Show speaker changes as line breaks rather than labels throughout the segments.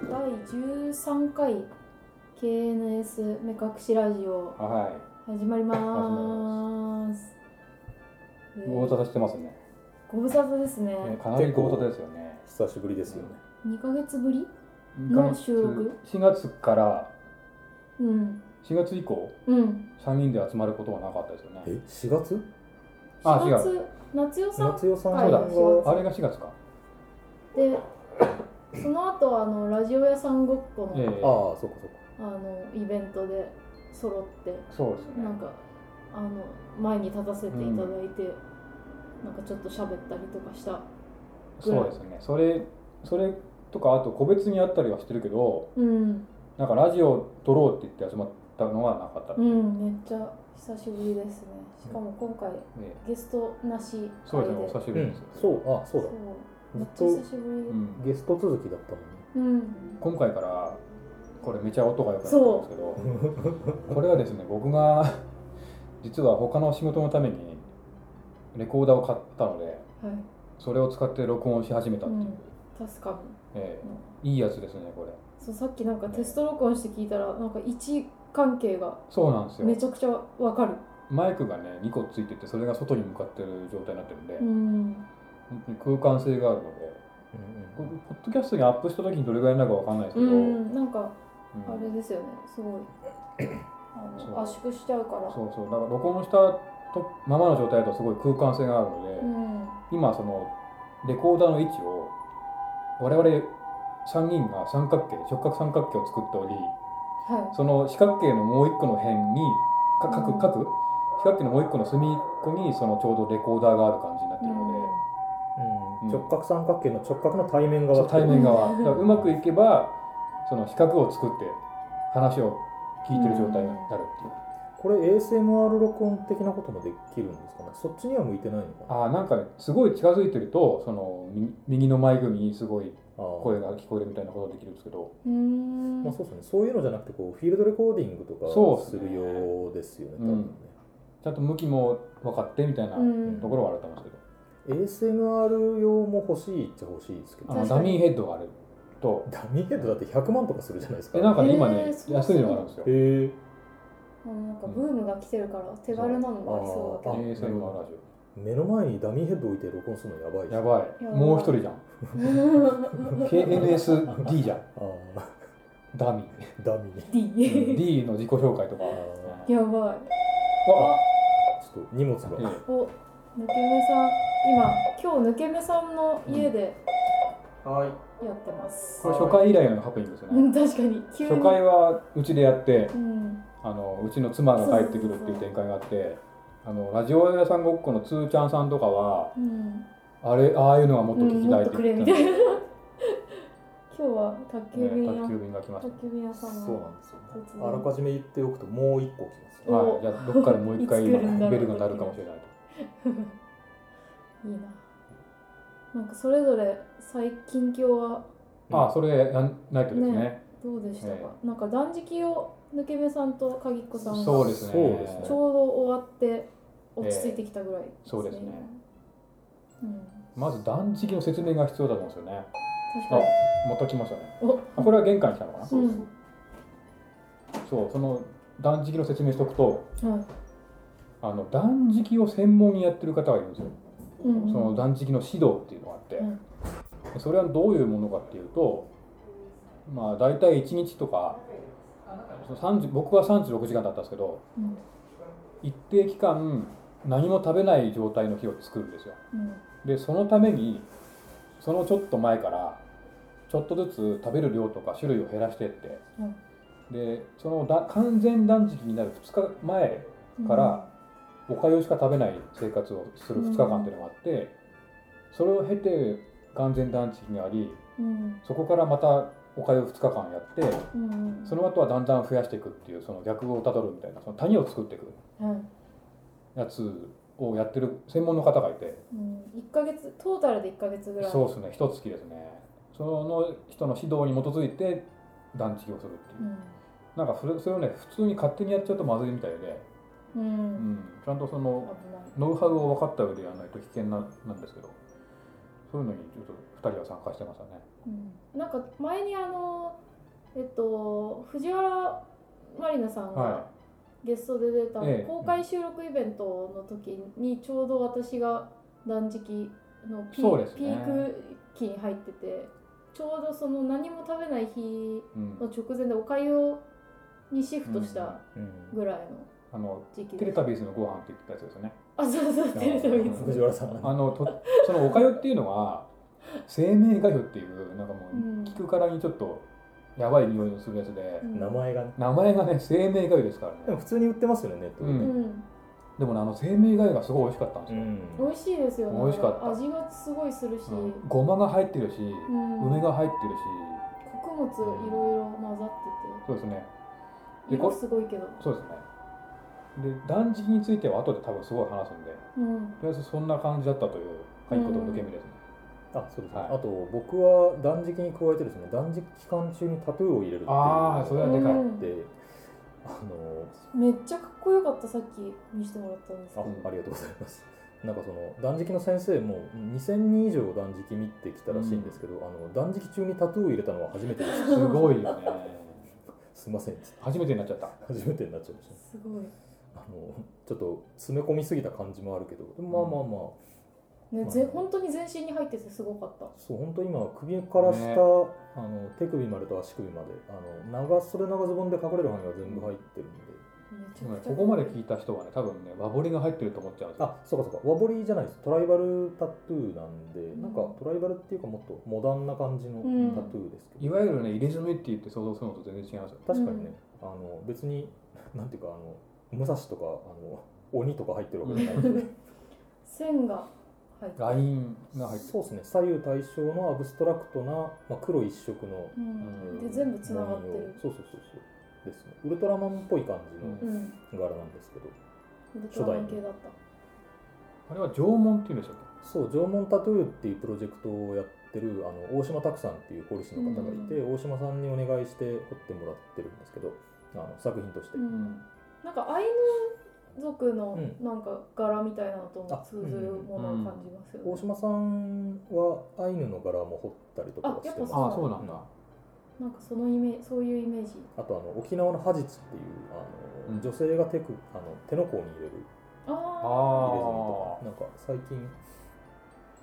第13回 KNS 目隠しラジオ
は
始まりますえ
い。
ー
ご無沙汰してますね。
ご無沙汰ですね
ねかなりご無沙汰ですよね。
久しぶりですよね。
2ヶ月ぶりの収録
4月から
うん
4月以降
うん
3人で集まることはなかったですよね。
え、四月？
あ
4月夏代さん
夏代さん
はい
が
そうだ
あれが4月か。
でその後あのラジオ屋さんごっこ
ええ
の
ああ、そっかそっか。
あのイベントで揃って
そうですね
な。んかあの前に立たせていただいて、なんかちょっと喋ったりとかした
そうですね。それそれとかあと個別にやったりはしてるけど、
うん
なんかラジオ撮ろうって言って集まったのはなかった。
うんめっちゃ久しぶりですねしかも今回
ええ
ゲストなし
そうですね。お
回
久し
う
ぶりで
ん
す。、
そう、あ、そうだ。
めっち
ず
ゃ
っ
久しぶ
うん
とゲスト続きだったの
りうん
今回からこれめちゃ音が良くなったんですけど。
に。
これはですね僕が 実は他の仕事のためにレコーダーを買ったので
はい
それを使って録音し始めたっていう、
うん確か
え
に、うん
えいいやつですねこれ
そうさっきなんかテスト録音して聞いたらなんか位置関係が
そうなんです
め
よ
ちゃくちゃわかる
マイクがね2個ついててそれが外に向かってる状態になってるんで、
うん
本当に空間性があるのでこれポッドキャストにアップした時にどれぐらいになるかわかんないですけ
う
ど、
んなんか
うん
あれですよねすごいあ
そう
の圧縮しちゃうから
そうそうだから録音したとままの状態だとすごい空間性があるので、
うん
今そのレコーダーの位置を我々3人が三角形直角三角形を作っており
は
その四角形のもう一個の辺にか角
うん
角四角形のもう一個の隅っこにそのちょうどレコーダーがある感じになっ
い、
てるので、
うん直角三角形の直角の対面
そ
側
う
ってこと。
対面側
うん
だからうまくいけばその四角を作って話を聞いてる状態になるっていう、
これ ASMR 録音的なこともできるんですかね。そっちには向いてないのかな。あ
ああなんかねすごい近づいてるとそのみ右の前組にすごい
ー
声が聞こえるみたいなことができるんですけど、
うん
まあそうですね。そういうのじゃなくてこうフィールドレコーディングと
そう
か
です
す
ね
るようですよね。多
うん
分ね。
ちゃんと向きも分かってみたいな
うん
ところはあると思うんですけど、
ASMR 用も欲しいっちゃ欲しいですけ
あの
ど。
確か
ダ
に
ミーヘッドがあると
ダミーヘッドだって100万とかするじゃないですか。
えなんかね
へー
今ね
そう
安いのがあるんですよ
へえ。
もうなんかブームが来てるから手軽なのもありそうだ
あ
ASMR ラジ
目の前にダミーヘッド置いて録音するのやばい
オ
し
やばい
やばい
もう一人じゃん
けど
KNSD じゃん
ああ
ダミ
ダミー
D
ー D の自己紹介とか
あ
やばい
あ
ちょっと荷物が、
ええ
お抜け目さん今今日抜け目さんの家で
はい
やってます、
これ初回以来のハプニングです
う
ね
ん、確かに急に
初回はうちでやって
うん
あのうちの妻が帰ってくるっていう展開があってあのラジオ屋さんごっこのつーちゃんさんとかは
うん
あれああいうのはもっと聞きたいって言ってたんですけど
今日は宅急便
ね
屋
宅急便が来まし
宅
た
急便屋さ
そうんな
の
んですよ、
突然
あらかじめ言っておくともう一個来ますよ
お
はい、じゃあどっかでもう一回
いつ来るんだろう
ベルが鳴るかもしれないと。
いいななんかそれぞれ最近況は
ああ、それやんないとですね。
どうでしたか、
え
なんか断食を抜け目さんと鍵っ子さん
そう
が
ですね。
そうですね
ちょうど終わって落ち着いてきたぐらいですね、
そうですね
うん、
まず断食の説明が必要だと思うんですよね。
確かに
また来ましたね。
お
あこれは玄関に来たのかな。
う
そ
ん、
う、その断食の説明しておくと、
はい
あの断食を専門にやってる方がいるんですよ。
うんうん
その断食の指導っていうのがあって、
うん
それはどういうものかっていうと、まあ大体1日とか、その30僕は36時間だったんですけど、
うん
一定期間何も食べない状態の日を作るんですよ
うん
でそのためにそのちょっと前からちょっとずつ食べる量とか種類を減らしてって、
うん
でそのだ完全断食になる2日前
うん
からおかゆしか食べない生活をする2日間っていうのがあって、それを経て完全断食になり
うん
そこからまたおかゆ2日間やって
うんうん
その後はだんだん増やしていくっていうその逆をたどるみたいなその谷を作っていく
はい
やつをやってる専門の方がいて
うん、1ヶ月トータルで1ヶ月ぐらい
そうですね一月ですねその人の指導に基づいて断食をするっていう、なんかそれそれをね普通に勝手にやっちゃうとまずいみたいで、
うん、う、
うんん、ちゃんとそ
危
の
ない
ノウハウを分かった上でやらないと危険ななんですけどそういうのにちょっと2人は参加してましたね
うんなんか前にあのえっと藤原まりなさんが
は
ゲストで出た
ええ
公開収録イベントの時にちょうど私が断食のピ,、
そうですね
ピーク期に入っててちょうどその何も食べない日
い、うん
の直前でおかゆをにシフトした
うん
ぐらいの
あの
時期
テ
で
レタビーズのご飯って言ったやつですよね
あそうそうテレタビーズ
藤原さん
あのとそのおかゆっていうのは生命画魚っていうなんかも
うん
う聞くからにちょっとやばい匂いのするやつで、
うん
名前がね
名前がね生命画魚ですか
で
らね
も普通に売ってますよねネットで、
うん
うん
でもねあの生命画魚がすごい美味しかったんですよ、
美味しいですよね
美味しかった
味がすごいするし、
うんごまが入ってるし、
うん
梅が入ってるし
穀物いろいろ混ざって
そうですね
て
で
色
こ
すごいけど
そうですねで断食については後で多分すごい話すんで
うん
とりあえずそんな感じだったというはいいことの抜け身ですね、
あそうですね、
はい
あと僕は断食に加えてですね断食期間中にタトゥーを入れるっていうの
ああそれはでかい、
うん
であの
めっちゃかっこよかったさっき見せてもらったんですけ
あ
ど
うん
ありがとうございます。 なんかその断食の先生も2000人以上断食見てきたらしいんですけど、あの断食中にタトゥーを入れた のは初めてです。
すごいよね
すいませんっつって
初めてになっちゃった
初めてになっちゃいましたね。
すごい
あのちょっと詰め込みすぎた感じもあるけど、でもまあまあまあ、
ねぜ本当に全身に入っててすごかった
そう本当今首から下、
ね
あの手首までと足首まであの長袖長ズボンで隠れる範囲が全部入ってるんで、
めち
で
ゃ
もね
くちゃ
ここまで聞いた人はね多分ね和彫りが入ってると思っちゃうんですよ
あそうかそうか和彫りじゃないですトライバルタトゥーなんで、なんかトライバルっていうかもっとモダンな感じの
うん
タトゥーですけど、
いわゆるね入れ墨って言って想像するのと全然違いますよ
確かにね、あの別に なんていうかあの武蔵とかあの鬼とか入ってるわけじゃないんで
線が入って
ラインが入ってる
そうですね左右対称のアブストラクトな、まあ、黒一色の、
う
うんん
で全部つながってる
文様そうそうそうそうですねウルトラマンっぽい感
うん
じ
うん
の柄なんですけど、
ウルトラマン系だった
あれは縄文っていうんでしたっけ
そう縄文タトゥーっていうプロジェクトをやってるあの大島拓さんっていう彫り師の方がいて、大島さんにお願いして彫ってもらってるんですけどあの作品として、
うんなんかアイヌ族の
うん
なんか柄みたいなのとも
あ
通ずるものを感じますよね
大島さんはアイヌの柄も彫ったりとかはして
あや
ま
っ
す
ぱ
ああそうなんだ、
なんかそのイメージそういうイメージ
あとあの沖縄のハジツっていうあの、
うん
女性が手くあの手の甲に入れる
ああ
あ
入れ墨とかなんか最近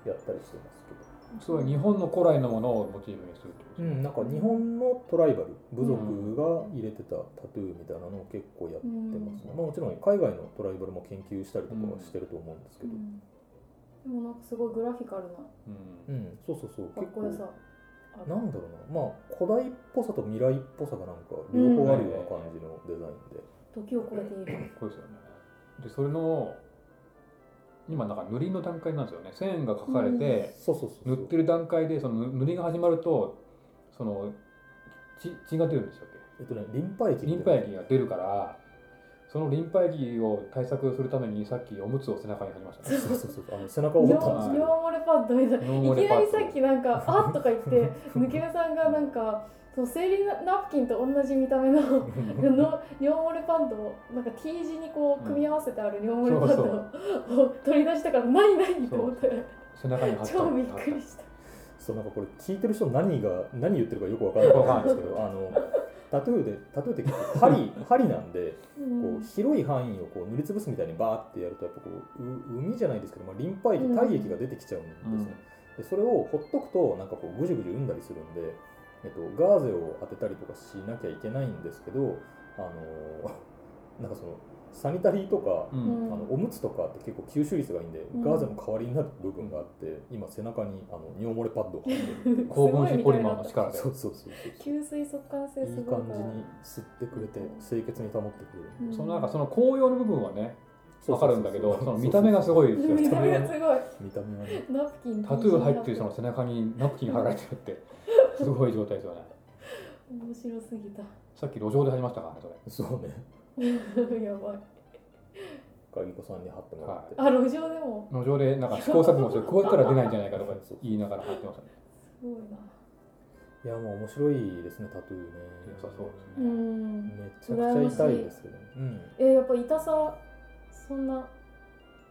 やったりしてますけ
あすごい日本の古来のものをモチーフにするってこと
ど、うん、なんか日本のトライバル部族が入れてたタトゥーみたいなのを結構やってますね、まあ、もちろん海外のトライバルも研究したりとかはしてると思うんですけど、うん
ん、でもなんかすごいグラフィカルなか
うん
そうそうそう
っこよさある
なんだろうなまあ古代っぽさと未来っぽさがなんか両方あるような感じのデザインで、
時を超えている、
こうですよねでそれの今なんか塗りの段階なんですよね線が描かれて、
そうそうそうそう
塗ってる段階でその塗りが始まるとその血血が出るんでしたっ
えっとねリンパ液
け
み
リ
たい
ン
な
パ液が出るからそのリンパ液を対策するためにさっきおむつを背中に貼りましたね
そうそうそうあの背中を
尿
折
尿
ったんですけ
漏れパッドみたい
ど
な
尿漏
い
れ
き
パ
な
ッド
りさっきなん か「あっ」とか言ってぬけるさんがなんかそう生理ナプキンと同じ見た目のの尿漏れパッドをなんか T 字にこう組み合わせてある尿漏れパッドを取り出したから「何何?」と思って
背中に貼った
超びっくりした
そうなんかこれ聞いてる人何が何言ってるかよくわからないと思うんですけどあのタトゥーでタトゥーって結構 針針なんでこう広い範囲をこう塗りつぶすみたいにバーってやるとやっぱこうう海じゃないですけど、まあ、リンパ液
うん
体液が出てきちゃうんですね、でそれをほっとくとなんかこうぐじゅぐじゅ産んだりするんで、えっと、ガーゼを当てたりとかしなきゃいけないんですけどあのなんかそのサニタリーとか
うんうん
あのおむつとかって結構吸収率がいいんで、
ん
ガーゼの代わりになる部分があって今背中にあの尿漏れパッドを貼 ってる
高分子ポリマーの
力
力で
そうそうそうそう
吸水速乾性
い
す
い
ごい
感じに吸ってくれて清潔に保ってくれる
うん
そのなんかその紅葉の部分はね
そう
わ
そ
かる
うそうん
だけどその見た目がすごいですよ
見
ね
た目がすごい
見た目はね
ナプキン
タトゥー入ってるその背中にナプキン貼られてるってすごい状態ですよね
面白すぎた
さっき路上で貼りましたからねそれ
そうね
やばい
ガリコさんに貼ってもらって、、
あ路上でも
路上でなんか試行錯誤してこうやったら出ないんじゃないかとか言いながら貼ってましたね
すごいない
やもう面白いですねタトゥーね
良さそうです
う
ね、
ん
めちゃくちゃ痛いですけどね、うん、
えーやっぱ痛さそんな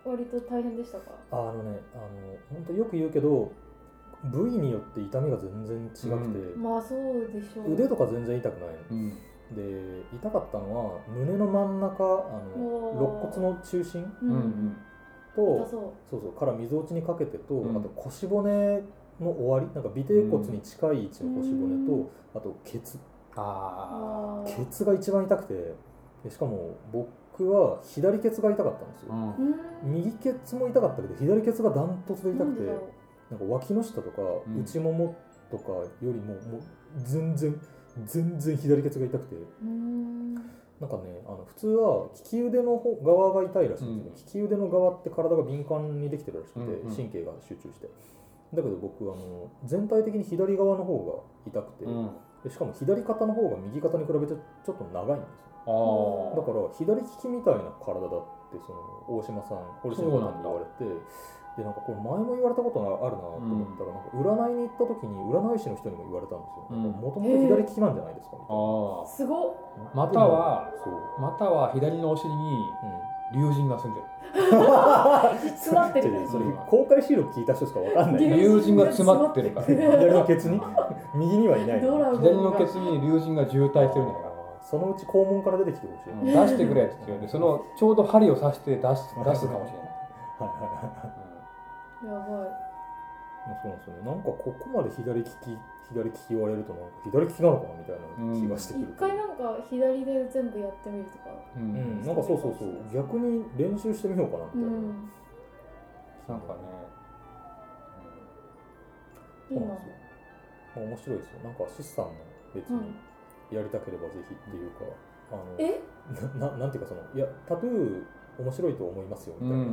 割と大変でしたか
あのねあの本当よく言うけど部位によって痛みが全然違くて、
まあそうでしょう
腕とか全然痛くないの
うん
で痛かったのは胸の真ん中あの
おー
肋骨の中心
う
うん
ん
う
うん
ん
痛
と
そ
そうそうからみぞおちにかけてと、
うん
あと腰骨の終わりなんか尾てい骨に近い位置の腰骨と、
うん
あとケツ
う
あ
あー
ケツが一番痛くてでしかも僕は左ケツが痛かったんです
あう
よ、
ん
うん
右ケツも痛かったけど左ケツがダントツで痛
な
く
ん
て
でだ
な
ろ
んか脇の下とか
うん
内ももとかよりももう全然全然左ケツが痛くて
ううーん
なんかねあの普通は利き腕の方側が痛いらしいんですけど、利き腕の側って体が敏感にできてるらしくて、
うんうん
神経が集中してだけど僕あの全体的に左側の方が痛くて、
うん
でしかも左肩の方が右肩に比べてちょっと長いんですよ
あー
だから左利きみたいな体だってその大島さん堀島さんに言われてでなんかこれ前も言われたことがあるなと思ったら、なんか占いに行った時に占い師の人にも言われたんですよ
う
なんんかもともと左利きなんじゃないですか
あ
みたい
す
ー
ごっ
な、
または
そう、
または左のお尻に
うん、
龍神が住んで
詰まってる
それ公開収録聞いた人しかわかんない
ゲー
る
ね。
龍神が詰まってるから
左 のケツに右にはいない
ドラゴン
左のケツに龍神が渋滞してるんだから
そのうち肛門から出てきてほしい。
出してくれって言われてそのちょうど針を刺して出す出すかもしれない、
はいはいはい
やば
そうなんですよね。なんかここまで左利き左利き言われるとなんか左利きなのかなみたいな気がして
い
くる
一。回なんか左で全部やってみるとか
う
うん
うん
ん、なんかそうそうそう逆に練習してみようかな
う
みたいな。
ん
なんかね、
いい
そ
な
うなんですよ。まあ面白いですよ。なんかシスさんも別
う
に
ん
やりたければぜひっていうか、
え
あのなな なんていうかそのいやタトゥー面白いと思いますよ
う
み
ん
たいな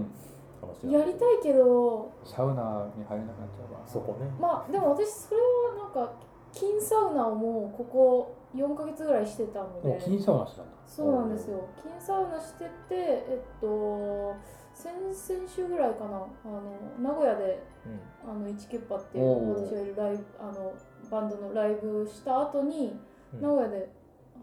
話なんで
やりたいけど
サウナに入れなくなっちゃうわ
そこね。
まあでも私それはなんか金サウナをもうここ4ヶ月ぐらいしてたの
もう
で
金サウナしてたんだ
そうなんですよ金サウナしててえっと先々週ぐらいかなあの名古屋で
うん
あのイチキュッパっていう
おう
私がいるライブあのバンドのライブした後に
うん
名古屋で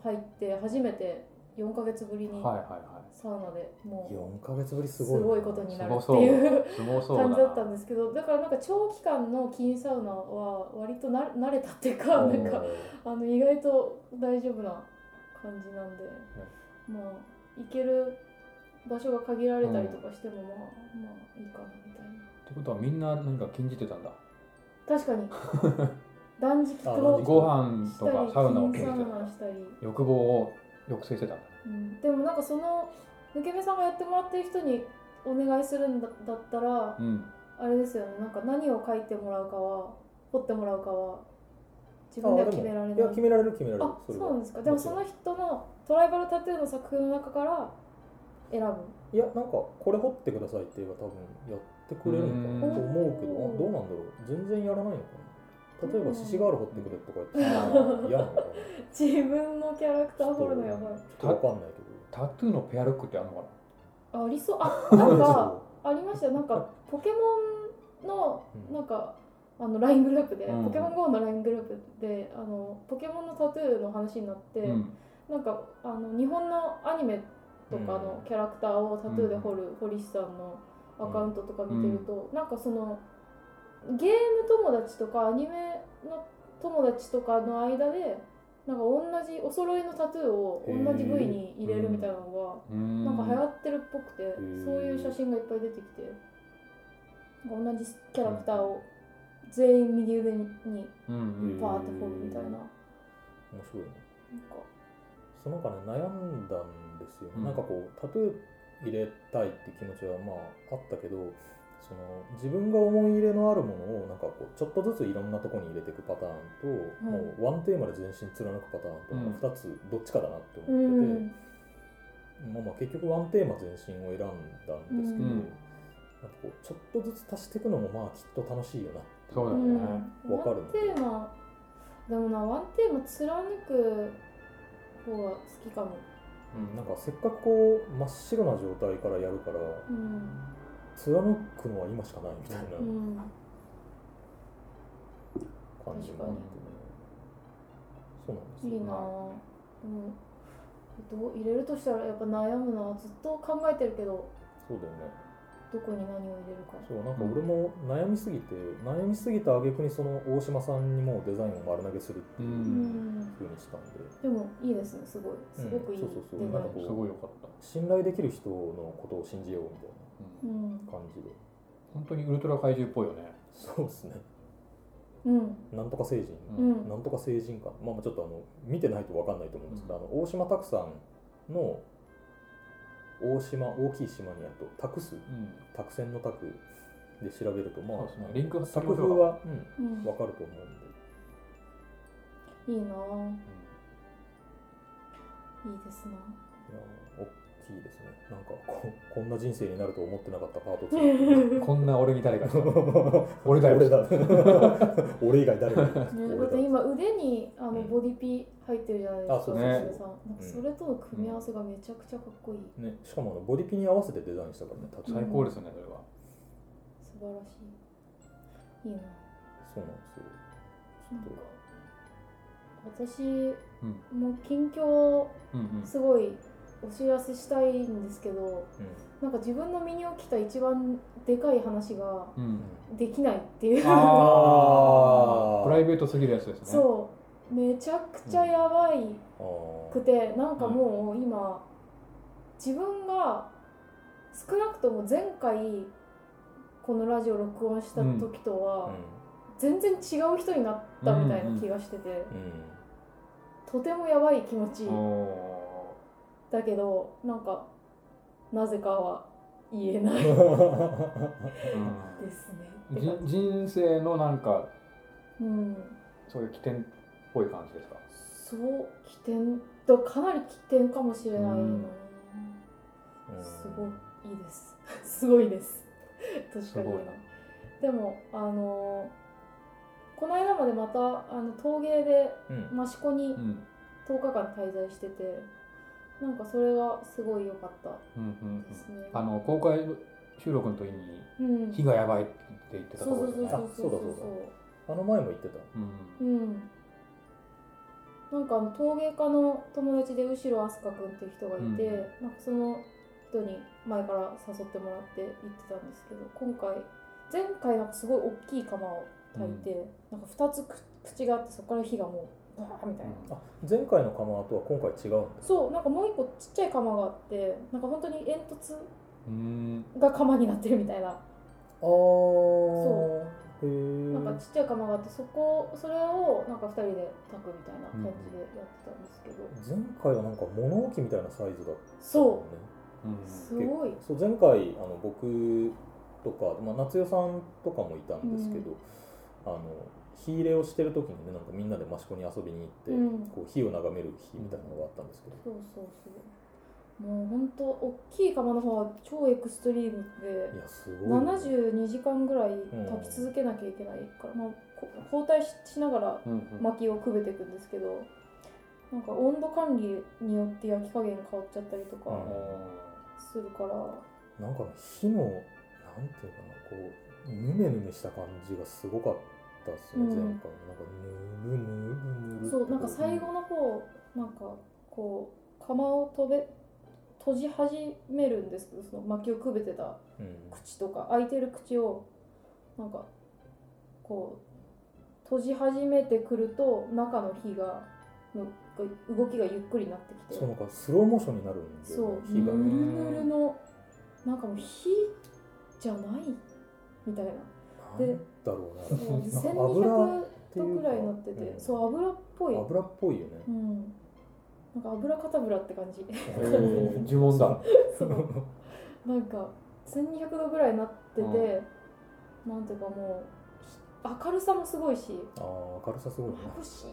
入って初めて4ヶ月ぶりに
はいはい
サウナでも
4ヶ月ぶりす
うす
ごいな
ごいことになる
すご
って
そう
いう
はいすごそうだ
感
な
じだったんですけどだからなんか長期間の金サウナは割とな慣れたっていうかな
おー
んかあの意外と大丈夫な感じなんで、まあ行ける場所が限られたりとかしてもまあ、まあいいかなみたいな
ってことはみんな何か禁じてたんだ
確かに 断食
あ断食
と
ご飯
し
と
たり
かサウナを禁
金サウ
じてたん
ナ
だ
したり、
欲望を抑制してたんだ
うん、でもなんかその抜け目さんがやってもらってる人にお願いするんだだったら
うん
あれですよねなんか何を書いてもらうかは彫ってもらうかは自分では決められ
い
ない
や決められる決められる
あ
そ
そう
れは
なんですかでもその人のトライバルタトゥーの作品の中から選ぶ
いやなんかこれ掘ってくださいって言えば多分やってくれるのかなと思うけど
うん
あどうなんだろう全然やらないのかな例えば獅子ガール掘ってくれとか 言
う
って嫌なのかな
自分のキャラクター彫るのやばい
ちょっとわかんないけど
タトゥーのペアルックってあるのか
あありそう あなんか
そ
ありましたよなんかポケモンの
うん
なんかあの LINE グループで、
うん
ポケモン GO の LINE グループであのポケモンのタトゥーの話になって、
なうん
なんかあの日本のアニメとかのキャラクターをタトゥーで彫る堀市さんのアカウントとか見てると、なんかそのゲーム友達とかアニメの友達とかの間でなんか同じお揃いのタトゥーを同じ部位に入れるみたいなのが
うん
なんか流行ってるっぽくて、
ー
そういう写真がいっぱい出てきてなんか同じキャラクターを全員右腕に
うんうん
バーって彫るみたいな。なん
面白いね
か
そうなんかね悩んだんですよ、
うん
なんかこうタトゥー入れたいって気持ちはまああったけどその自分が思い入れのあるものをなんかこうちょっとずついろんなところに入れていくパターンと、
ん
もうワンテーマで全身貫くパターンと、
うん
2つどっちかだなって思ってて、
うん
まあ、まあ結局ワンテーマ全身を選んだんですけど、
うん
なんかこうちょっとずつ足していくのもまあきっと楽しいよなってい
そうだよ
うん
ね、
わかる
ワンテーマでもなワンテーマ貫く方が好きかも、
うん
なんかせっかくこう真っ白な状態からやるから
うん
貫くのは今しかないみたいな。
うん、
感じがあってねそうなんです
い
よ
いなぁ、うん、どう入れるとしたらやっぱ悩むなぁずっと考えてるけど
そうだよね
どこに何を入れるか
そうなんか俺も悩みすぎて、悩みすぎた挙句にその大島さんにもうデザインを丸投げするって
う
う
い
ん
う
うん
ふうにしたんで、
でもいいですねすごいすごくいい
うんそうそうそう
デ
な
ザ
ん
イ
か
ン
すごい良かった、
信頼できる人のことを信じようみたい
うん
うん
な感じで
本当にウルトラ怪獣っぽいよね
そうですね
うん
なんとか成人、
うん
なんとか成人かまあまあちょっとあの見てないと分かんないと思うんですけど、
うん
あの大島拓さんの大島大きい島にあると拓数
うん
拓船の拓で調べるとまあ
そうですねリンク貼っておき
作
ましょう
風
か
は、うん、
うん
分かると思うんで
いいなぁいいですない
やー大きいですねなんかここんな人生になると思ってなかったパー ト
ぁ
う
2
んこんな俺に誰か俺だよ
俺だ 俺以外誰もいない
ね、だって
俺だ
今腕にあの
うん
ボディピ入ってるじゃないですか、
あそう
そうそう
鈴さんなんかそれとの組み合わせがめちゃくちゃかっこいい、
ね、しかもあのボディピに合わせてデザインしたからねタトゥー
最高ですねそれは
素晴らしいいいな
そうなんですよち
なん
ょっ
か
と
私
うん
も近況
うんうん
すごいお知らせしたいんですけど
う
なんか自分の身に起きた一番でかい話が
うん
できないっていう
あ
あー
あプライベートすぎるやつですね
そうめちゃくちゃやばい
んあ
くてなんかもう今自分が少なくとも前回このラジオ録音した時と
あ
は全然違う人になったみたいな気がしてて、
うんうん
とてもやばい気持ち
お
だけどなんかなぜかは言えない
ー
で
う
すね。
ん人人生のなんか
うん、
そういう起点っぽい感じですか
そう起点とかなり起点かもしれないな、
うん
すごいいです すごいです確かに
すごいな
でもあのーこの間までまたあの陶芸で
うん
益子に
うん
10日間滞在しててなんかそれがすごい良かった
うんうん
ですね、
あの公開収録の時に
うん
火がやばいって言ってたと
そうそ
ころ
う
です
そう
ね
そうそう
あそうだあの前も言ってた
うん
うんなんかあの陶芸家の友達で後ろ飛鳥君っていう人がいて、
うん
なんかその人に前から誘ってもらって行ってたんですけど今回前回なんかすごい大きい釜を炊いて、なんか2つく口があってそこから火がもうバーみたいな、
あ前回の釜とは今回違うんです
そうなんかもう一個ちっちゃい釜があってなんか本当に煙突
うん
が釜になってるみたいな
あそうへえ
なんかちっちゃい釜があってそこそれをなんか2人で炊くみたいな感じでやってたんですけど、
前回はなんか物置みたいなサイズだった
そう
ね
うん
すごい
そう前回あの僕とか、まあ、夏代さんとかもいたんですけど、あの火入れをしてる時にねなんかみんなで益子に遊びに行って、
うん
こう火を眺める日みたいなのがあったんですけど、
そうそうそうもうほんと大きい釜の方は超エクストリームで
いやすごいよね、
72時間ぐらい炊き続けなきゃいけないから、まあ、こ交代ししながら
うんうん
薪をくべていくんですけどなんか温度管理によって焼き加減変わっちゃったりとか
うん
するから、
なんかね火のなんていうかなこうぬめぬめした感じがすごかったです
う
ね、
ん
前回なんかぬるぬるぬるって
そうなんか最後の方なんかこう釜を飛べ閉じ始めるんですけどその薪をくべてた
うん
口とか開いてる口をなんかこう閉じ始めてくると中の火がの動きがゆっくりになってきて
そうなんかスローモーションになるんで、
そう
火
ぬ
が、
る
ん
ぬるのなんかもう火じゃないみたいな
なんだろうな
そうで
なんか油
1200度くらいになってて
うん
そう油っぽい、
油っぽいよね、
うん、なんか油かたぶらって感じ
へー呪文だ
そうなんか1200度ぐらいになってて、なんていうかもうひ明るさもすごいし
ああ明るさすごいね
眩しい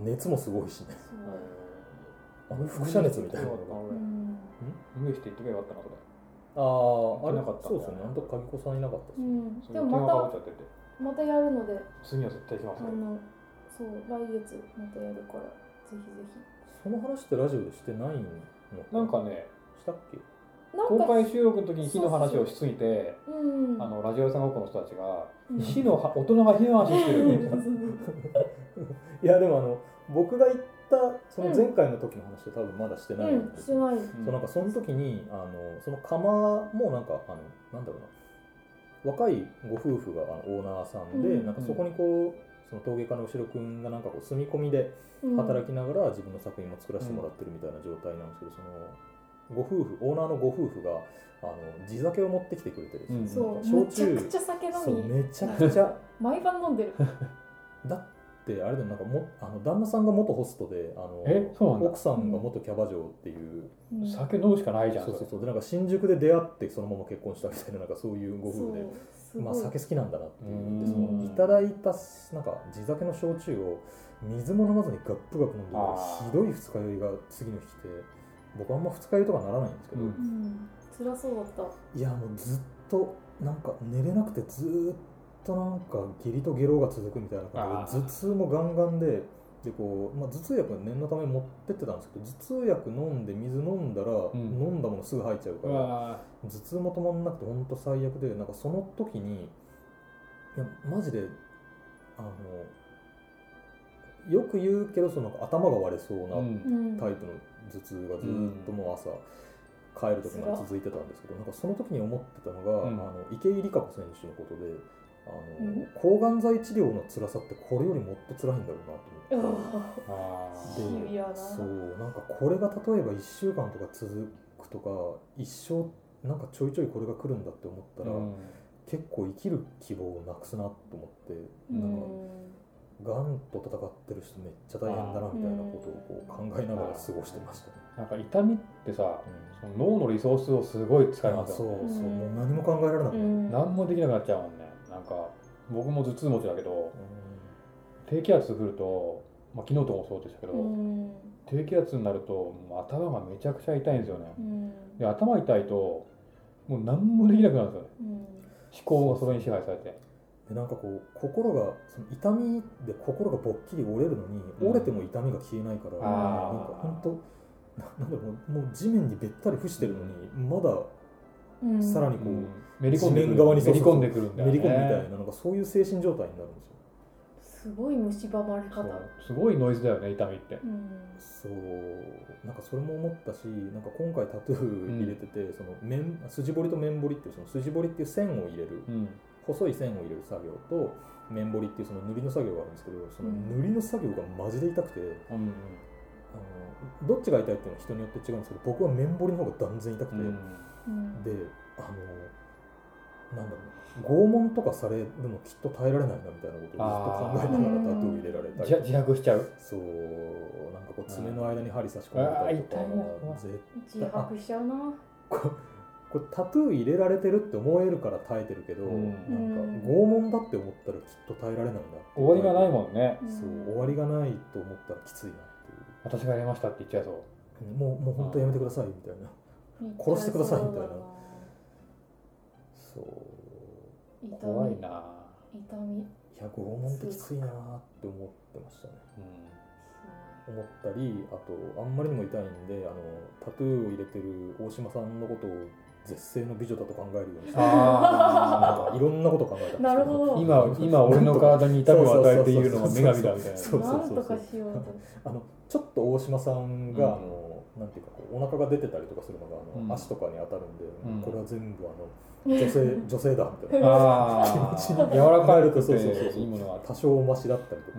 みたい
熱もすごいしね
なそう、
あの輻射熱みたいなのが
うん
無理して言ってけばよかったなそれ
あああれ
なかったんだ
そうですよねあの時鍵子さんいなかったです
う
ね、
ん、
それ
で
手間がかか
も
っちゃってて
またまたやるので
次は絶対行きま
あ
すね
のそう来月またやるからぜひぜ
その話ってラジオでしてないの
なんかね
したっけ
ひなん
公
か
開収録の時に火の話をしすぎて
うん
あのラジオ屋さんごっこの人たちが
うん
火のは大人が火の話してるみたいな
いやでもあの僕が行ったその前回の時の話って多分まだ してない
うんん
で
し
す
て
よ、
ない
そうなんかその時にあのその釜もなんかあのなんだろうな若いご夫婦があのオーナーさんで、
うん
なんかそこにこうその陶芸家の後ろくんがなんかこう住み込みで働きながら自分の作品も作らせてもらってるみたいな状態なんですけど、そのご夫婦オーナーのご夫婦があの地酒を持ってきてくれてるんですよ
そう
なん
め
か
ちゃくちゃ酒飲
そう
み
めちゃくちゃ
毎晩飲んでる
だってあれでなんかもあの旦那さんが元ホストであの
えそうなんだ
奥さんが元キャバ嬢っていう。
うん
酒飲むしかないじゃん
そうそうそうでなんか新宿で出会ってそのまま結婚したみたいななんかそういうご夫婦で
そう
まあ
すごい
酒好きなんだなっていう
うん
でそのいただいたなんか地酒の焼酎を水も飲まずにガップガップ飲んで
あー
ひどい二日酔いが次の日来て僕あんま二日酔いとかならないんですけど、
うん
うん辛そうだった
いやもうずっとなんか寝れなくてずーっとなんか下痢と下痢が続くみたいな感じで
あー
頭痛もガンガンででこう、まあ、頭痛薬は念のために持ってってたんですけど頭痛薬飲んで水飲んだら、
ん
飲んだものすぐ入っちゃうか
う
ら。
わ
頭痛も止まんなくて本当最悪でなんかその時にいやマジであのよく言うけどその頭が割れそう
ー
な
うん
タイプの頭痛がずっと
うん
もう朝、帰る時まで続いてたんですけどなんかその時に思ってたのが、
うん
あの池井理香子選手のことであの、
うん
抗がん剤治療の辛さってこれよりもっと辛いんだろうなと思って。
あ
あー
シビアな
そうなんかこれが例えば1週間とか続くとか一生なんかちょいちょいこれが来るんだって思ったら、
うん
結構生きる希望をなくすなと思って
ー
なんか
うん
がんと戦ってる人めっちゃ大変だなみたいなことをこう考えながら過ごしてましたね。
なんか痛みってさ
うん
その脳のリソースをすごい使い
あ
ます
そう
よね
そう
うん
もう何も考えられなくな
う
る、
ん
何もできなくなっちゃうもんねなんか僕も頭痛持ちだけど低気圧降ると、まあ、昨日とかもそうでしたけど、
うん
低気圧になるともう頭がめちゃくちゃ痛いんですよね、
うん
で頭痛いともう何もできなくなるんですよね
うん
思考がそれに支配されて
でなんかこう心がその痛みで心がぼっきり折れるのに、
うん
折れても痛みが消えないからなん
あー
か本当ななんだろうもうもう地面にべったり伏してるのに、まだ
うん
さらにこう、
うんめり込んでく
地面
る
側にそ
め
う
り
そうそ
込
うん
でくるんだよ
め
ね
り込むみたいななんかそういう精神状態になるんですよ
すごい蝕まれ
そ
方
うすごいノイズだよね痛みって
うん
そうなんかそれも思ったしなんか今回タトゥー入れてて、その面筋彫りと面彫りっていうその筋彫りっていう線を入れる
うん
細い線を入れる作業と面彫りっていうその塗りの作業があるんですけどその
うん
塗りの作業がマジで痛くて、
うん
あのどっちが痛いっていうのは人によって違うんですけど僕は面彫りの方が断然痛くて、
うん
で
うん
あのなんだろう拷問とかされるのきっと耐えられないなみたいなことをずっと考えな
あー
がらタトゥー入れられたり
じゃ自白しちゃう
そうなんかこう爪の間に針差し込まれたりとか
あー痛いな
ぜ
自白しちゃうな
ここれタトゥー入れられてるって思えるから耐えてるけど、
うん
なんか拷問だって思ったらきっと耐えられないな
終わりがないもんね
ん
そう終わりがないと思ったらきついなっていう。
私がやりましたって言っちゃいそう
もうもう本当やめてくださいみたいな殺してくださいみたいなそう
痛み
怖いな、
痛み
いや拷問ってきついなーって思ってましたね
う
思ったりあとあんまりにも痛いんであのタトゥーを入れてる大島さんのことを絶世の美女だと考えるようにし
ん、
てなん
あ
かいろんなこと考えたんですけど
なるほど
今今俺の体に痛みを与えているのが女神だみたいな
そうそうそう
なんとかしようと
あのちょっと大島さんが、
うん
あのなんていうかこうお腹が出てたりとかするのがあの、
うん
足とかに当たるんで、
うん
これは全部あの女 性女性だみたいな
あ
気持
あ柔らかいと
そうそうそうそ
い
う
いものがあ
多少マシだったりとか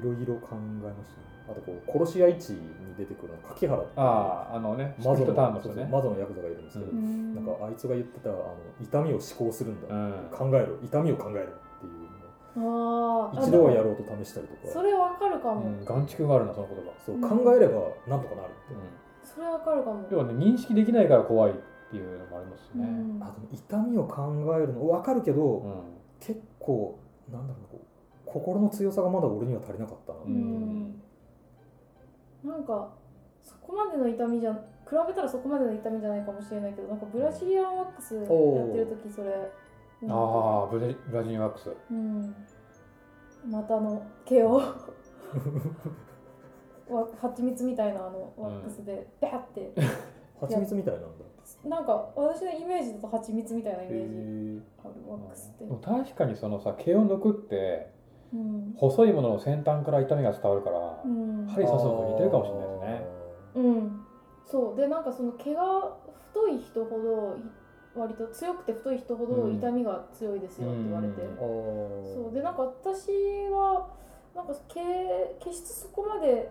る、
いろいろ考えましたねあとこう殺し合い地に出てくるの柿原っていう
あああのね
マゾ
スピ
の
ットターンの人
そうそう
ね
マゾのヤクザがいるんですけど、
う
なんかあいつが言ってたあの痛みを思考するん
う
だ、
ん
考えろ痛みを考えろっていう
あ
のを一度はや
る
ろうと試したりとか
それわかるか
う
も
ん眼蓄があるなその言葉、
そう
うん
考えればなんとかなるって、
う
それわかるかも
ん、要はね認識できないから怖いっていうのもありますし
う
ね、
ん
あでも痛みを考えるの分かるけど、
うん
結構なんだろうなこう心の強さがまだ俺には足りなかったな、
うんなんかそこまでの痛みじゃ比べたらそこまでの痛みじゃないかもしれないけどなんかブラジリアンワックスやってる時それ
ああブラジブラジルワックス
うん股の毛 をわ蜂蜜みたいなあのワックスでペャって、
蜂蜜みたいなんだ
なんか私のイメージだと蜂蜜みたいなイメージ
え
あるワックスって
でも確かにそのさ毛を抜くって
うん
細いものの先端から痛みが伝わるから、
うん、
針刺すのと似てるかもしれないですね
うん、そうでなんかその毛が太い人ほど割と強くて太い人ほど痛みが強いですよって言われて、
うん
そうでなんか私はなんか毛毛質そこまで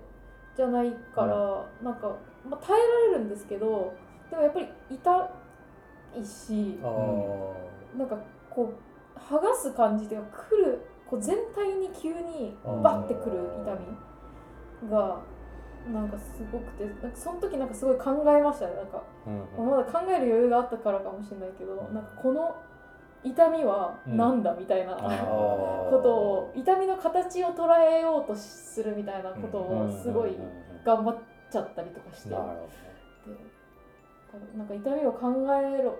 じゃないから、なんか、まあ、耐えられるんですけどでもやっぱり痛いし
あ
なんかこう剥がす感じで来るこう全体に急に
あー
バッてくる痛みがなんかすごくてなんかその時なんかすごい考えましたねなんか、
ー、うん
まだ考える余裕があったからかもしれないけど、
うん
なんかこの痛みはなんだみたいな、
あ
こ
ー
とを痛みの形を捉えようとするみたいなことをすごい頑張っちゃったりとかして。
なる
でなんか痛みを考えろ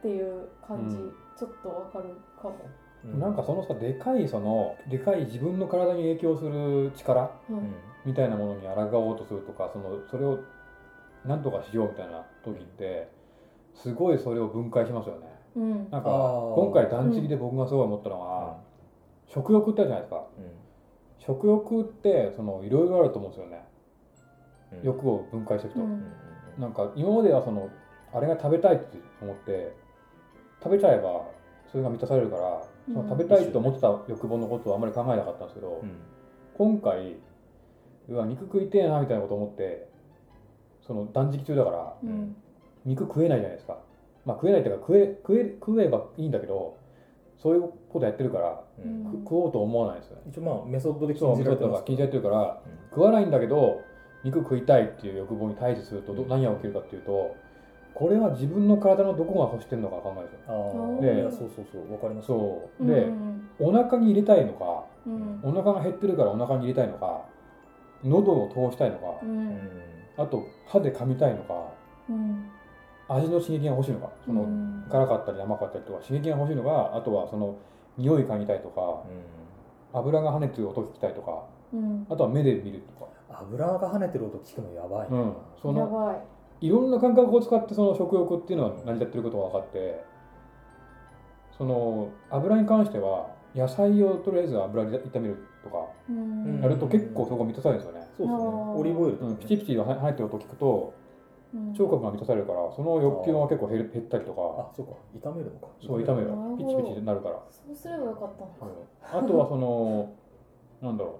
っていう感じ、
うん
ちょっとわかるかも。
ほど
なんかそのさでかいそのでかい自分の体に影響する力
うん
うん
みたいなものに抗おうとするとかそのそれをなんとかしようみたいな時ってすごいそれを分解しますよね
うん
なんか
あー
今回断食で僕がすごい思ったのは、食欲ってあるじゃないですか食欲ってそのいろいろあると思うんですよね
うんうん
欲を分解していくと、
うん
うん
なんか今まではそのあれが食べたいって思って食べちゃえばそれが満たされるから、
うん
その食べたいと思ってた欲望のことはあんまり考えなかったんですけど、
うん
今回うわ肉食いてえなみたいなこと思ってその断食中だから
うん
肉食えないじゃないですかまあ食えないっていうか食え食え食えばいいんだけどそういうことやってるから
う
うんん
く食おうと思わないですよね
一応まあメソッドで
そう
禁
見
じ
せ
ら
と
れて
か
ます
気にしちゃってるから
うん
食わないんだけど肉食いたいっていう欲望に対峙するとど
うん
何が起きるかっていうとこれは自分の体のどこが欲してるのか考えるんですよ
あー
で
いやそうそうそうわかります
そう
う
で
ん
お腹に入れたいのか
うん
お腹が減ってるからお腹に入れたいのか喉を通したいのか
う
うんん
あと歯で噛みたいのか
うん
味の刺激が欲しいのかその、辛かったり甘かったりとか刺激が欲しいのがあとはその匂い嗅ぎたいとか油が跳ねてる音聞きたいとか
うん
あとは目で見るとか、
油が跳ねてる音聞くのやばいな、
うん、そ
や
の
ばい。
いろんな感覚を使ってその食欲っていうのは成り立ってることが分かってその油に関しては野菜をとりあえず油で炒めるとか
うん
うん
やると結構そこ満たされるんですよね、
そうです
あ
ね
ー
オリーブオイルと
う
か、
ん、ピチピチは跳ねてる音聞くと
うん
聴覚が満たされるからその欲求が結構減る減ったりとか
あそうか炒めるのか
そう炒める
なるほど
ピチピチになるから
そうすればよかったのか。
あとはそのなんだろう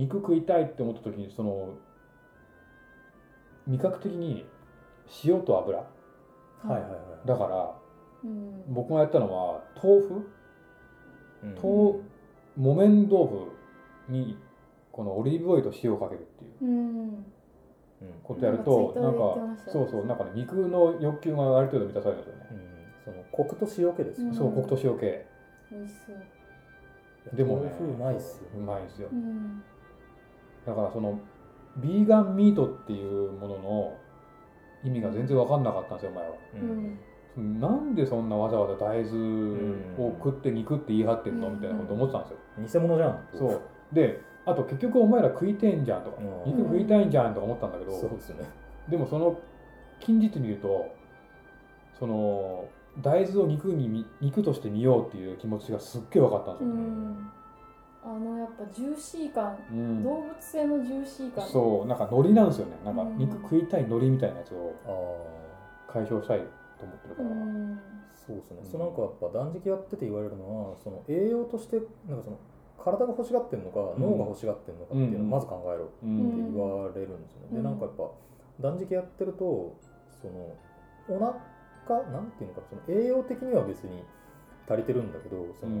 肉食いたいって思った時にその味覚的に塩と油
はいはいはい
だから
うん
僕がやったのは豆腐
うん
と木綿豆腐にこのオリーブオイルと塩をかけるっていう
うん
うん
ことやると
な
なんん
か
か
ツイッターで言ってましたね
そうそうなんかね肉の欲求がある程度満たされるんですよね
うんそのコクと塩気ですよ、
うん
そう黒糖塩系
美味しそう。
でもね
豆腐うまいっすよ
うまいですよ
うん
だからそのビーガンミートっていうものの意味が全然分かんなかったんですよ前は
う
うん
なんでそんなわざわざ大豆を食って肉って言い張ってんの
うん
みたいなこと思ってたんですよ、
偽物じゃん
そうであと結局お前ら食いてんじゃんとか、
うん
肉食いたいんじゃんとか思ったんだけど、
そうですね
でもその近日見るとその大豆を肉にみ肉として見ようっていう気持ちがすっげえ分かったんで
う
すよ、
んあのやっぱジューシー感、
うん
動物性のジューシー感。
そうなんか海苔なんですよねなんか
うん
肉食いたい海苔みたいなやつを
ああ
解消したいと思ってるか
う
ら、
ん
そうですね、
うん
そうなんかやっぱ断食やってて言われるのはその栄養としてなんかその体が欲しがってるのか、
うん
脳が欲しがってるのかっていうのをまず考えろって
うん
言われるんですよね、
うん
でなんかやっぱ断食やってるとそのお腹なんていうのかなその栄養的には別に足りてるんだけどその、
うん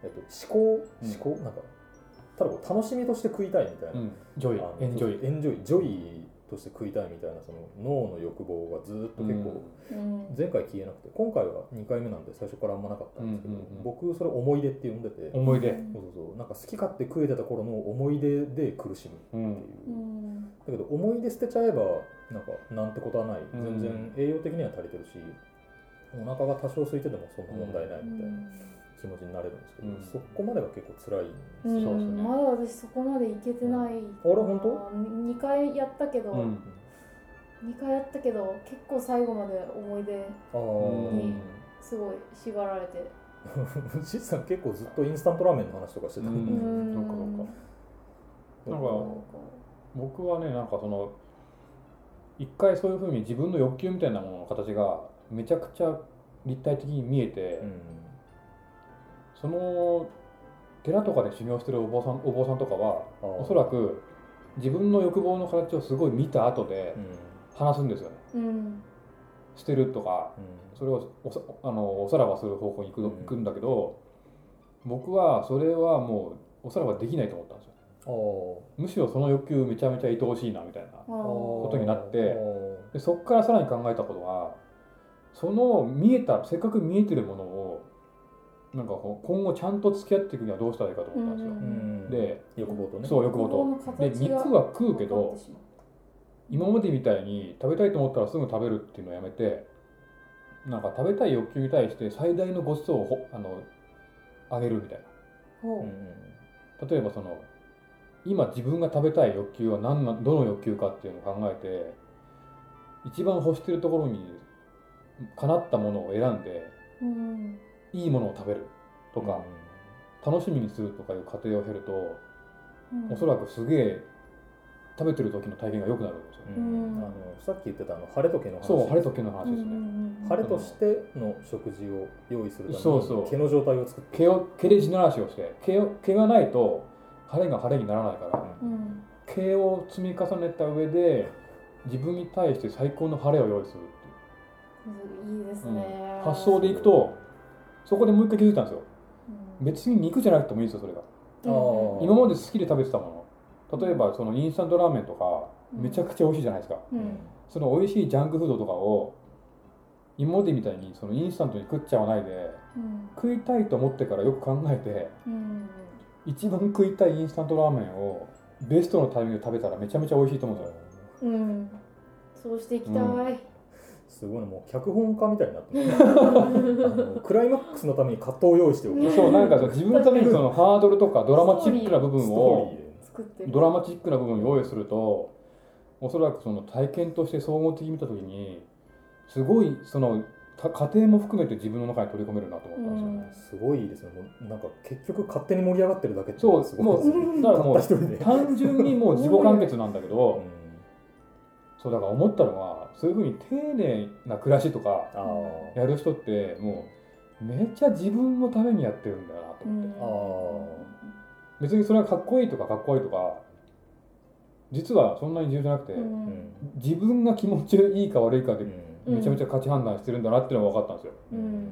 えっと、
う
思考
ん
思考、なんかただこう楽しみとして食いたいみたいな、
うんジョ
あの
イエンジョイ
エンジョイジョイとして食いたいみたいなその脳の欲望がずーっと結構、
うん
前回消えなくて今回は2回目なんで最初からあんまなかったんですけど、
うんうんうん
僕それ思い出って呼んでて、
思い出、
そうそうそうなんか好き勝手食えてた頃の思い出で苦しむ
うん
っていうう、
ん
だけど思い出捨てちゃえばなんかなんてことはない
ん
全然栄養的には足りてるし、お腹が多少空いててもそんな問題ないみたいな気持ちになれるんですけど、
うん
そこまでが結構辛いんです
う
よ、
ん
そうですね
まだ私そこまでいけてない。あれ
あれ本当
?2 回やったけど、
う
二
ん
2回やったけど、結構最後まで思い出、すごい縛られて。
ああ、シスさん結構ずっとインスタントラーメンの話とかしてた、
うん
うん
そうかそうか
だ
なん
ら
か僕はねなんかその一回そういうふうに自分の欲求みたいなものの形がめちゃくちゃ立体的に見えて、
うん
その寺とかで修行してるお坊さんお坊さんとかはおそ
ら
らく自分の欲望の形をすごい見た後で
うんうん
話すんですよね、
うん
捨てるとかそれをおさあのおさらばする方向に行く,、
うん
行くんだけど僕はそれはもうおさらばできないと思ったんですよ
あー
むしろその欲求めちゃめちゃ愛おしいなみたいな
あ
あー
ー
とになって
あー
でそこからさらに考えたことはその見えたせっかく見えてるものをなんかこう今後ちゃんと付き合っていくにはどうしたらいいかと思ったんですよ、
うん
で
欲望とね
そう欲
ここ
望
の形
とで肉
が
は食うけ
わかっ
ど
てしまう
今までみたいに食べたいと思ったらすぐ食べるっていうのをやめてなんか食べたい欲求に対して最大のご馳走をほあのあげるみたい
ほう
うん
な例えばその今自分が食べたい欲求は何などの欲求かっていうのを考えて一番欲してるところにかなったものを選んで
うん
いいものを食べるとか、
う
楽しみにするとかいう過程を経ると、
うん
おそらくすげえ食べてる時の体験が良くなるんですよ、ね
ん
うん
あのさっき言ってたあの晴れ時計の話
そう晴れ時の話
うんう
ですね、
んうん
晴れとしての食事を用意するために
そうそう
毛の状態を作って
毛を毛で地ならしをして毛を毛がないと晴れが晴れにならないから
うん
毛を積み重ねた上で自分に対して最高の晴れを用意するっていう
いいですね、
発想でいくとそこでもう一回気づいたんですよ
うん
別に肉じゃなくてもいいんですよそれが
あー
今まで好きで食べてたもの例えばそのインスタントラーメンとか
うん
めちゃくちゃ美味しいじゃないですか、
う
うん
ん
その美味しいジャンクフードとかを今までみたいにそのインスタントに食っちゃわないで
うん
食いたいと思ってからよく考えて
うん
一番食いたいインスタントラーメンをベストのタイミングで食べたらめちゃめちゃ美味しいと思うんですよ
うんそうしていきたい、
すごいねもう脚本家みたいになっ てるあのクライマックスのために葛藤を用意しておく
うん
そうなんかその自分のためにそのハードルとかドラマチックな部分
ス
を
トーリーで
作ってる
ドラマチックな部分を用意するとおそらくその体験として総合的に見た時にすごいそのた家庭も含めて自分の中に取り込めるなと思ったんですよね。
すごいですねもうなんか結局勝手に盛り上がってるだけって
そう
すごいですね
もう
だから
た
も
った一
う
人で
単純にもう自己完結なんだけ
う
ど
ん
そうだから思ったのはそういうふうに丁寧な暮らしとか
あー
やる人ってもうめっちゃ自分のためにやってるんだなと
う
思って、
ん
あー
別にそれはかっこいいとかかっこ悪いとか実はそんなに重要じゃなくて、
うん
うん
自分が気持ちいいか悪いかで
うん
めちゃめちゃ価値判断してるんだなっていうのが分かったんですよ、
うん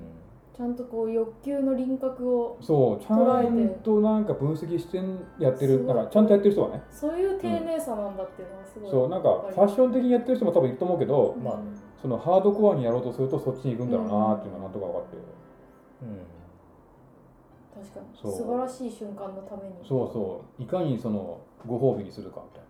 ちゃんとこう欲求の輪郭を
そうちゃ
捉え
ん
て
となんか分析してんやっ
す
てる
ご
ないんかちゃんとやってる人はね
そういう丁寧さなんだっていうのはすごい、
そうなんかファッション的にやってる人も多分いると思うけど
うん
まあ
そのハードコアにやろうとするとそっちに行くんだろうなっていうのがなんとか分かって、
うん
確かに
そう
素晴らしい瞬間のために
そうそういかにそのご褒美にするかみたいな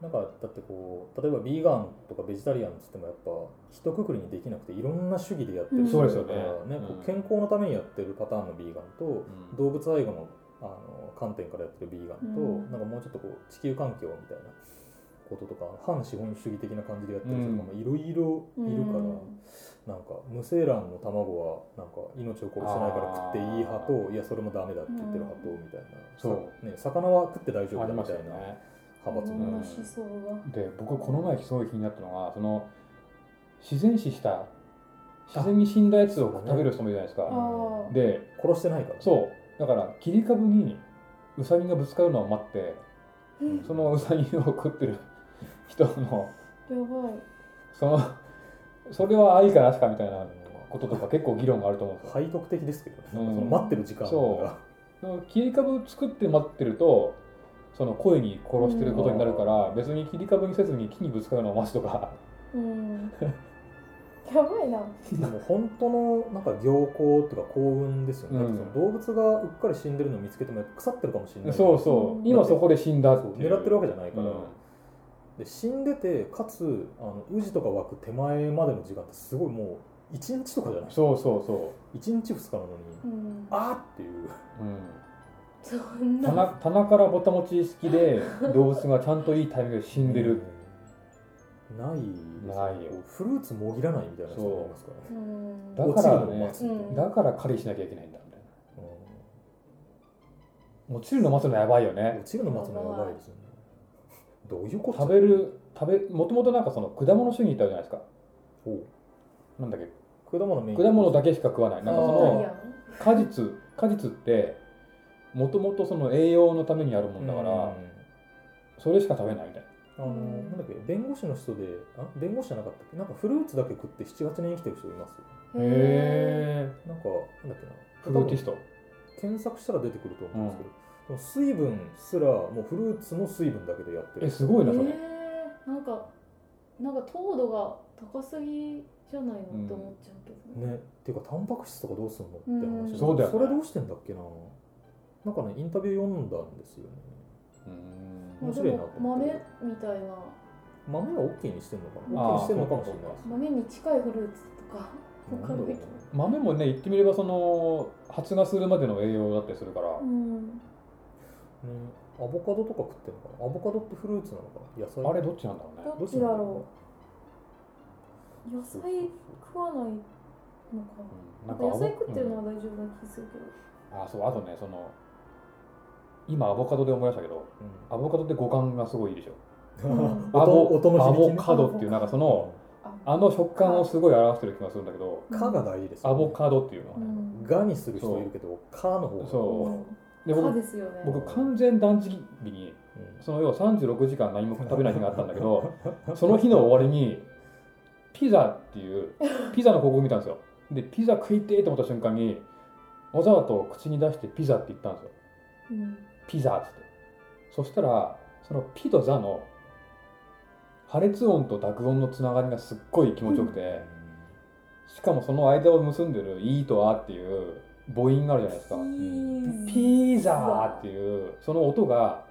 なんかだってこう例えばビーガンとかベジタリアンっつってもやっぱ一括りにできなくていろんな主義でやってる
そう
ですよねう
ね
ん
こう健康のためにやってるパターンのビーガンと、
ん
動物愛護のあの観点からやってるビーガンと、
うん
なんかもうちょっとこう地球環境みたいなこととか反資本主義的な感じでやってる人とかもいろいろいるから、
うん
なんか無精卵の卵はなんか命を殺せないから食っていい派といやそれもダメだって言ってる派とみたいな、
そ
さね、魚は食って大丈夫
あ
だ
り
み
ま
た
す
い
よ
な
ね
派閥
い
も
ろ
ね
んな思想が
で僕この前すごい気になったのがその自然死した自然に死んだやつを食べる人もいるじゃないです
あ
か、
あ
で
殺してないから
そうだから切り株にウサギがぶつかるのを待って
うん
そのウサギを食ってる人の
やばい
そのそれは愛かなしかみたいなこととか結構議論があると思うんですよ
背徳的ですけどね、
うん
その待ってる時間が
その切り株作って待ってるとその声に殺してることになるから、別に切り株にせずに木にぶつかるのを待つと か
うんやばいな
でも本当のなんか良幸っていうか幸運ですよね、だってその動物がうっかり死んでるのを見つけても腐ってるかもしれない
そうそう今そこで死んだっていう
狙ってるわけじゃないから、
うん
で死んでてかつあの宇治とか湧く手前までの時間ってすごいもう1日とかじゃない
そうそうそ
1日2日なのに、
うん
あーっていう
う、う
そん
ん、
な
棚棚からぼたもち式 で動物がちゃんといいタイミングで死んでる、
うんないですね
ないよ
こうフルーツもぎらないみたいな人もいますからね
うん
だ
落ち
か
る
ら
のを
ね
待つみたいな、
うん
だから狩りしなきゃいけないんだみたい
うん
な落ちるの待つのやばいよね
落ちるの待つのやばいですよねどういうこと
食べる食べもともとなんかその果物主義ってあるじゃないですか
おう
なんだっけ
果物メイン
果物だけしか食わないなんかそ
あー
の果実果実ってもともとその栄養のためにあるもんだから、
うん
それしか食べないみたい
あのなんだっけ弁護士の人であ弁護士じゃなかったっけなんかフルーツだけ食って7月に生きてる人います
な
へえ
へえ
なんかなんだっけな
フルーティスト
検索したら出てくると思うんですけど、でも水分すらもうフルーツの水分だけでやってる
えすごいなそれ、
なんかなんか糖度が高すぎじゃないのって思っちゃうけど、
ねっていうかタンパク質とかどうすんのって
う
話
ん
そうだよね
それどうしてんだっけななんかねインタビュー読んだんですよね
うーん
まあ
面白い
で
な
も
と思っ
豆
て
みたいな
豆は OK にしてんのかな
あー
OK にしてんのかもしれないです
豆に近いフルーツとか
なんだ
わかな
ろうんね
いけど
豆もね言ってみればその発芽するまでの栄養だったりするから、
うん
ねアボカドとか食ってんのかなアボカドってフルーツなのかな野菜
あれどっちなんだろうね
どっちだろう野菜
そうそうそう
食わないのか
うん
な
なんん
か野
か
菜食ってるの
う
は
ん
大丈夫な気するけど、
あそうあとねその今アボカドで思い出したけどアボカドって五感がすごいいいでしょ
うん
うん
音
アボ
音の
ア
響き
ボ
ね
カドっていうなんかその
あ
あの食感をすごい表してる気がするんだけど
うん
かが大事です
ア
よね
ボカドっていうのは
う
ね、
ん
がにする人いるけど、かの方が。
そ
うん
で
歯
僕
ですよね
僕完全断食日に
うん
その要は36時間何も食べない日があったんだけど その日の終わりにピザっていうピザの広告見たんですよでピザ食いてーと思った瞬間にわざわざと口に出してピザって言ったんですよ
うん
ピザっつってそしたらそのピとザの破裂音と濁音のつながりがすっごい気持ちよくて、しかもその間を結んでる「い」と「あ」っていう母音があるじゃないですか「ピ
ー
ーザー」っていうその音が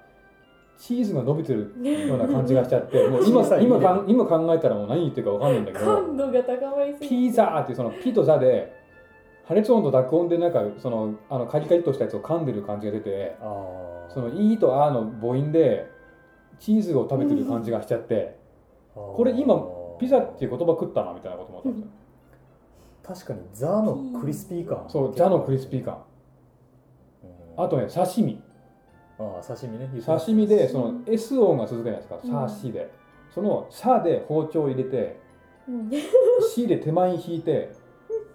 チーズが伸びてるような感じがしちゃってもう今
小さいね
今かん今考えたらもう何言ってるかわかんないんだけど
感度が高まりすぎて
ピザーっていうそのピとザで破裂音と濁音でなんかそのあのカリカリっとしたやつを噛んでる感じが出て
あー
その「い」と「あ」の母音でチーズを食べてる感じがしちゃってこれ今ピザっていう言葉食ったなみたいなこと思ったんですよ
確かにザのクリスピー感
そうザのクリスピー感
うん
あとね刺身
あー刺身ね言ってました
刺身でその S 音が続くじゃないですか「さし」でその「さ」で包丁を入れて
うん
「し」で手前に引いて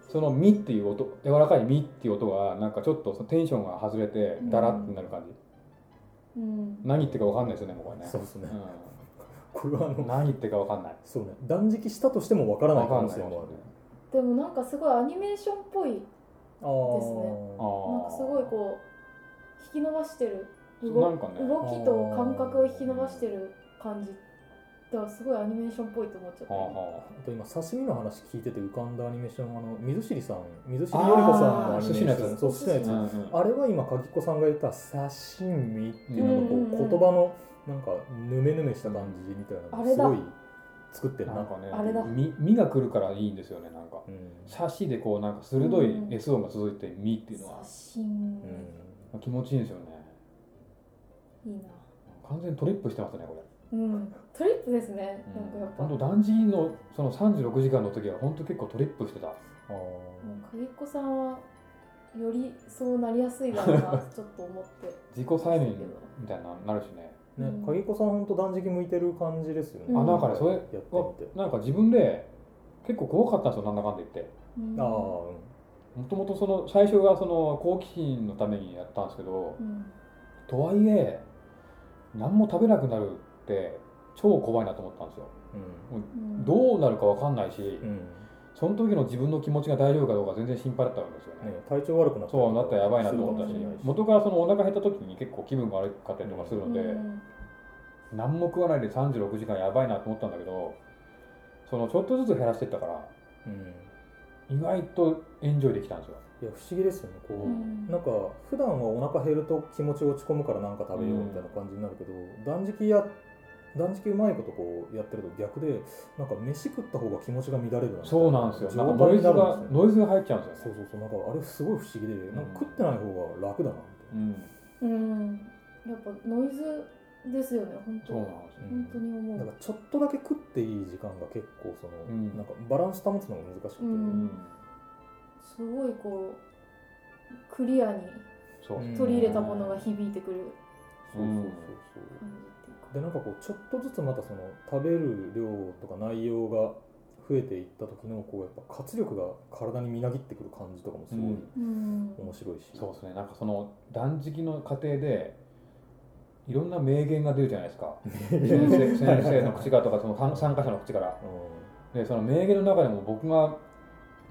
その「み」っていう音柔らかい「み」っていう音がなんかちょっとそのテンションが外れてダラってなる感じ
うん
何言ってるかわかんないですよねもうこれね
そうですね
う
これはあ
ん
の
何言ってるかわかんない
そうね断食したとしてもわからない
わ
可
かん
能
ない
性
か
も
も
あ
し
る
れない
でもなんかすごいアニメーションっぽいなんか
あ
です
ー
あー
すごいこう引き伸ばしてる
な
動
んかね
動きと感覚を引き伸ばしてる感じだからすごいアニメーションっぽいと思っちゃった
はあ
今
はあ
あと今刺身の話聞いてて浮かんだアニメーションあの水尻さん水尻より子さんのアニメーシ
あー寿司の
ョ
や
ン
つ
そう寿司のやつ
うん
あれは今鍵子さんが言った刺身っていうのがこ
うんうんうん
う言葉のなんかヌメヌメした感じみたいなの
あ
が
れ
す
だ
ごい作ってるな
なんかね
あれだ
み身が来るからいいんですよねなんか
うん
刺しでこうなんか鋭い S 音が続いて「み」っていうのは
写真
うん
気持ちいいんですよね
いいな
完全にトリップしてますねこれ
うんトリップですねなんかやっぱ
本当断食のその36時間の時は本当結構トリップしてた
あ
もう影子さんはよりそうなりやすいだろうなちょっと思って
自己催眠みたいなのになるしね
ーね
うん
鍵子さん本当断食向いてる感じですよね
あなん
かねそれ
やってみて
なんか自分で結構怖かったんですよなんだかんだ言って
うん
ああー
もともとその最初がその好奇心のためにやったんですけど
うん
とはいえ何も食べなくなるって超怖いなと思ったんですよ
うん
うん
どうなるかわかんないし、
うん
その時の自分の気持ちが大丈夫かどうか全然心配だったんですよね
ね体調悪くなったり
そう
とか
なったらやばいなと思ったし
するかもれない
元からそのお腹減った時に結構気分が悪かったりとかするので、
うん
何も食わないで36時間やばいなと思ったんだけどそのちょっとずつ減らしてったから
うん
意外とエンジョイできたんですよ
いや不思議ですよねこ
う
うんなんか普段はお腹減ると気持ち落ち込むから何か食べようみたいな感じになるけど、断食や断食うまいことこうやってると逆でなんか飯食った方が気持ちが乱れるみたい
そうなんですよなんか
状
ノ
態
イ
に
ズ
な
が
るんですよ
ノイズが入っちゃうんです
そ
よ
う
ね
そうそうなんかあれすごい不思議でなんか食ってない方が楽だなみたい
う
な、
んやっぱノイズですよね本当
そうなんですよ
本当に思
なん
う
かちょっとだけ食っていい時間が結構その、
うん
なんかバランス保つのが難しくて、
う
うんん、
すごいこうクリアに
そう
うん
取り入れたものが響いてくる
そうそうそ
感
うそう
じっていうか
でなんかこうちょっとずつまたその食べる量とか内容が増えていった時のこうやっぱ活力が体にみなぎってくる感じとかもすごい
うん
面白いし、
そうですねなんかその断食の過程でいろんな名言が出るじゃないです か先生先生の口からとかその参参加者の口からでその名言の中でも僕が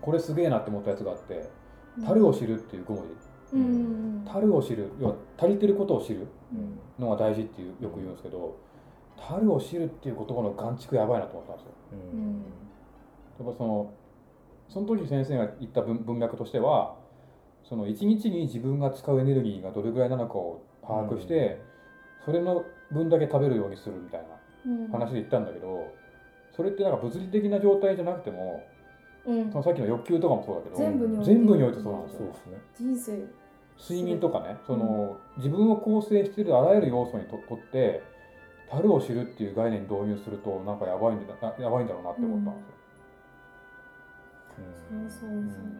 これすげえなって思ったやつがあって「樽を知る」っていう5文字
うん
「樽を知る」要は足りてることを知る
うん
のが大事っていうよく言うんですけど「樽を知る」っていう言葉の眼蓄やばいなと思ったんですよ
うん
やっぱそのその時先生が言った文文脈としてはその1日に自分が使うエネルギーがどれぐらいなのかを把握して、それの分だけ食べるようにするみたいな
うん
話で言ったんだけどそれってなんか物理的な状態じゃなくても
うん
そのさっきの欲求とかもそうだけど
全部において
全部においてそうなんです
そ
よ
う
ね
ですね
人生
睡眠とかねその、自分を構成しているあらゆる要素にととって樽を知るっていう概念導入するとなんかやばいんだなやばいんだろうなって思ったんですよ。
うん
そうそうですね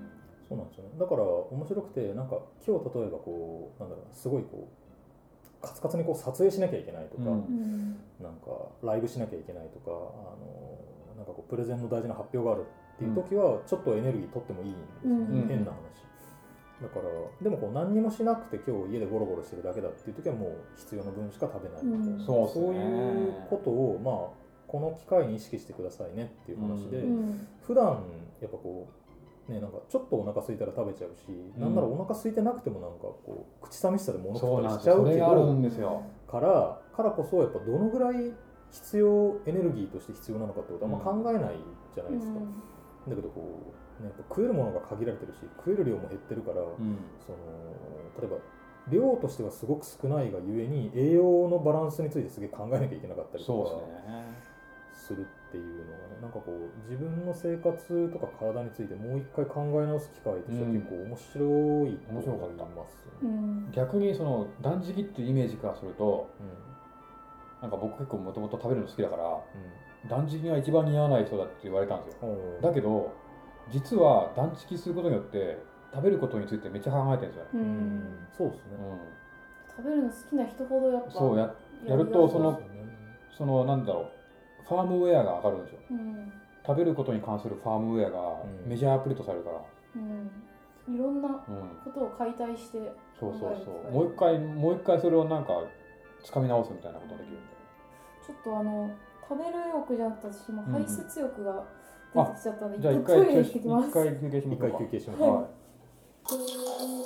そうなんですよねだから面白くてなんか今日例えばこうなんだろうなすごいこうカツカツにこう撮影しなきゃいけないとか、
うん
うん
なんかライブしなきゃいけないとかあのなんかこうプレゼンの大事な発表があるっていう時はちょっとエネルギー取ってもいいんですよね、
うん
変な話だからでもこう何にもしなくて今日家でゴロゴロしてるだけだっていう時はもう必要な分しか食べないみたいな、
うん
そうっすね
そういうことをまあこの機会に意識してくださいねっていう話で、
う
うん
普段やっぱこうねなんかちょっとお腹空いたら食べちゃうし、
うん
なんならお腹空いてなくてもなんかこう口寂しさで物
そ
食
う
った
なん
り
です
しちゃ
よ。
う
それ
け
がある
ど
んですよ。
からからこそやっぱどのぐらい必要エネルギーとして必要なのかってことはあんま考えないじゃないですか、だけどこう、ね、やっぱ食えるものが限られてるし食える量も減ってるから、
うん
その例えば量としてはすごく少ないがゆえに栄養のバランスについてすげえ考えなきゃいけなかったりと
そう
か
ですね。
するっていうのがねなんかこう自分の生活とか体についてもう一回考え直す機会としては結構面白いと思います、
う
ね
ん
逆にその断食っていうイメージからすると、なんか僕結構もともと食べるの好きだから、断食が一番似合わない人だって言われたんですよ。
うんうん
だけど、実は断食することによって、食べることについてめっちゃ考えてるんですよね。
う
うんんそうですね、
食べるの好きな人ほどやっ
うん、
ぱ
そうや、
り
やるとその
そうですよね
そのなんだろう、ファームウェアが上がるんですよ。
うん
食べることに関するファームウェアが
うん
メジャーアップデートされるから。
うんいろんな
うん、
ことを解体して
そうそうそ
考え
う。
る
もう一回、もう一回それをなんか、掴み直すみたいなことができるんで。
ちょっとあの食べる欲じゃなくて私も
うんうん
排泄欲が出てきちゃったんで、
じゃあ
一
一
回
回
トイレ行ってきます。
一回休憩しま
一
しょう
回
か
休憩しましょう、
はい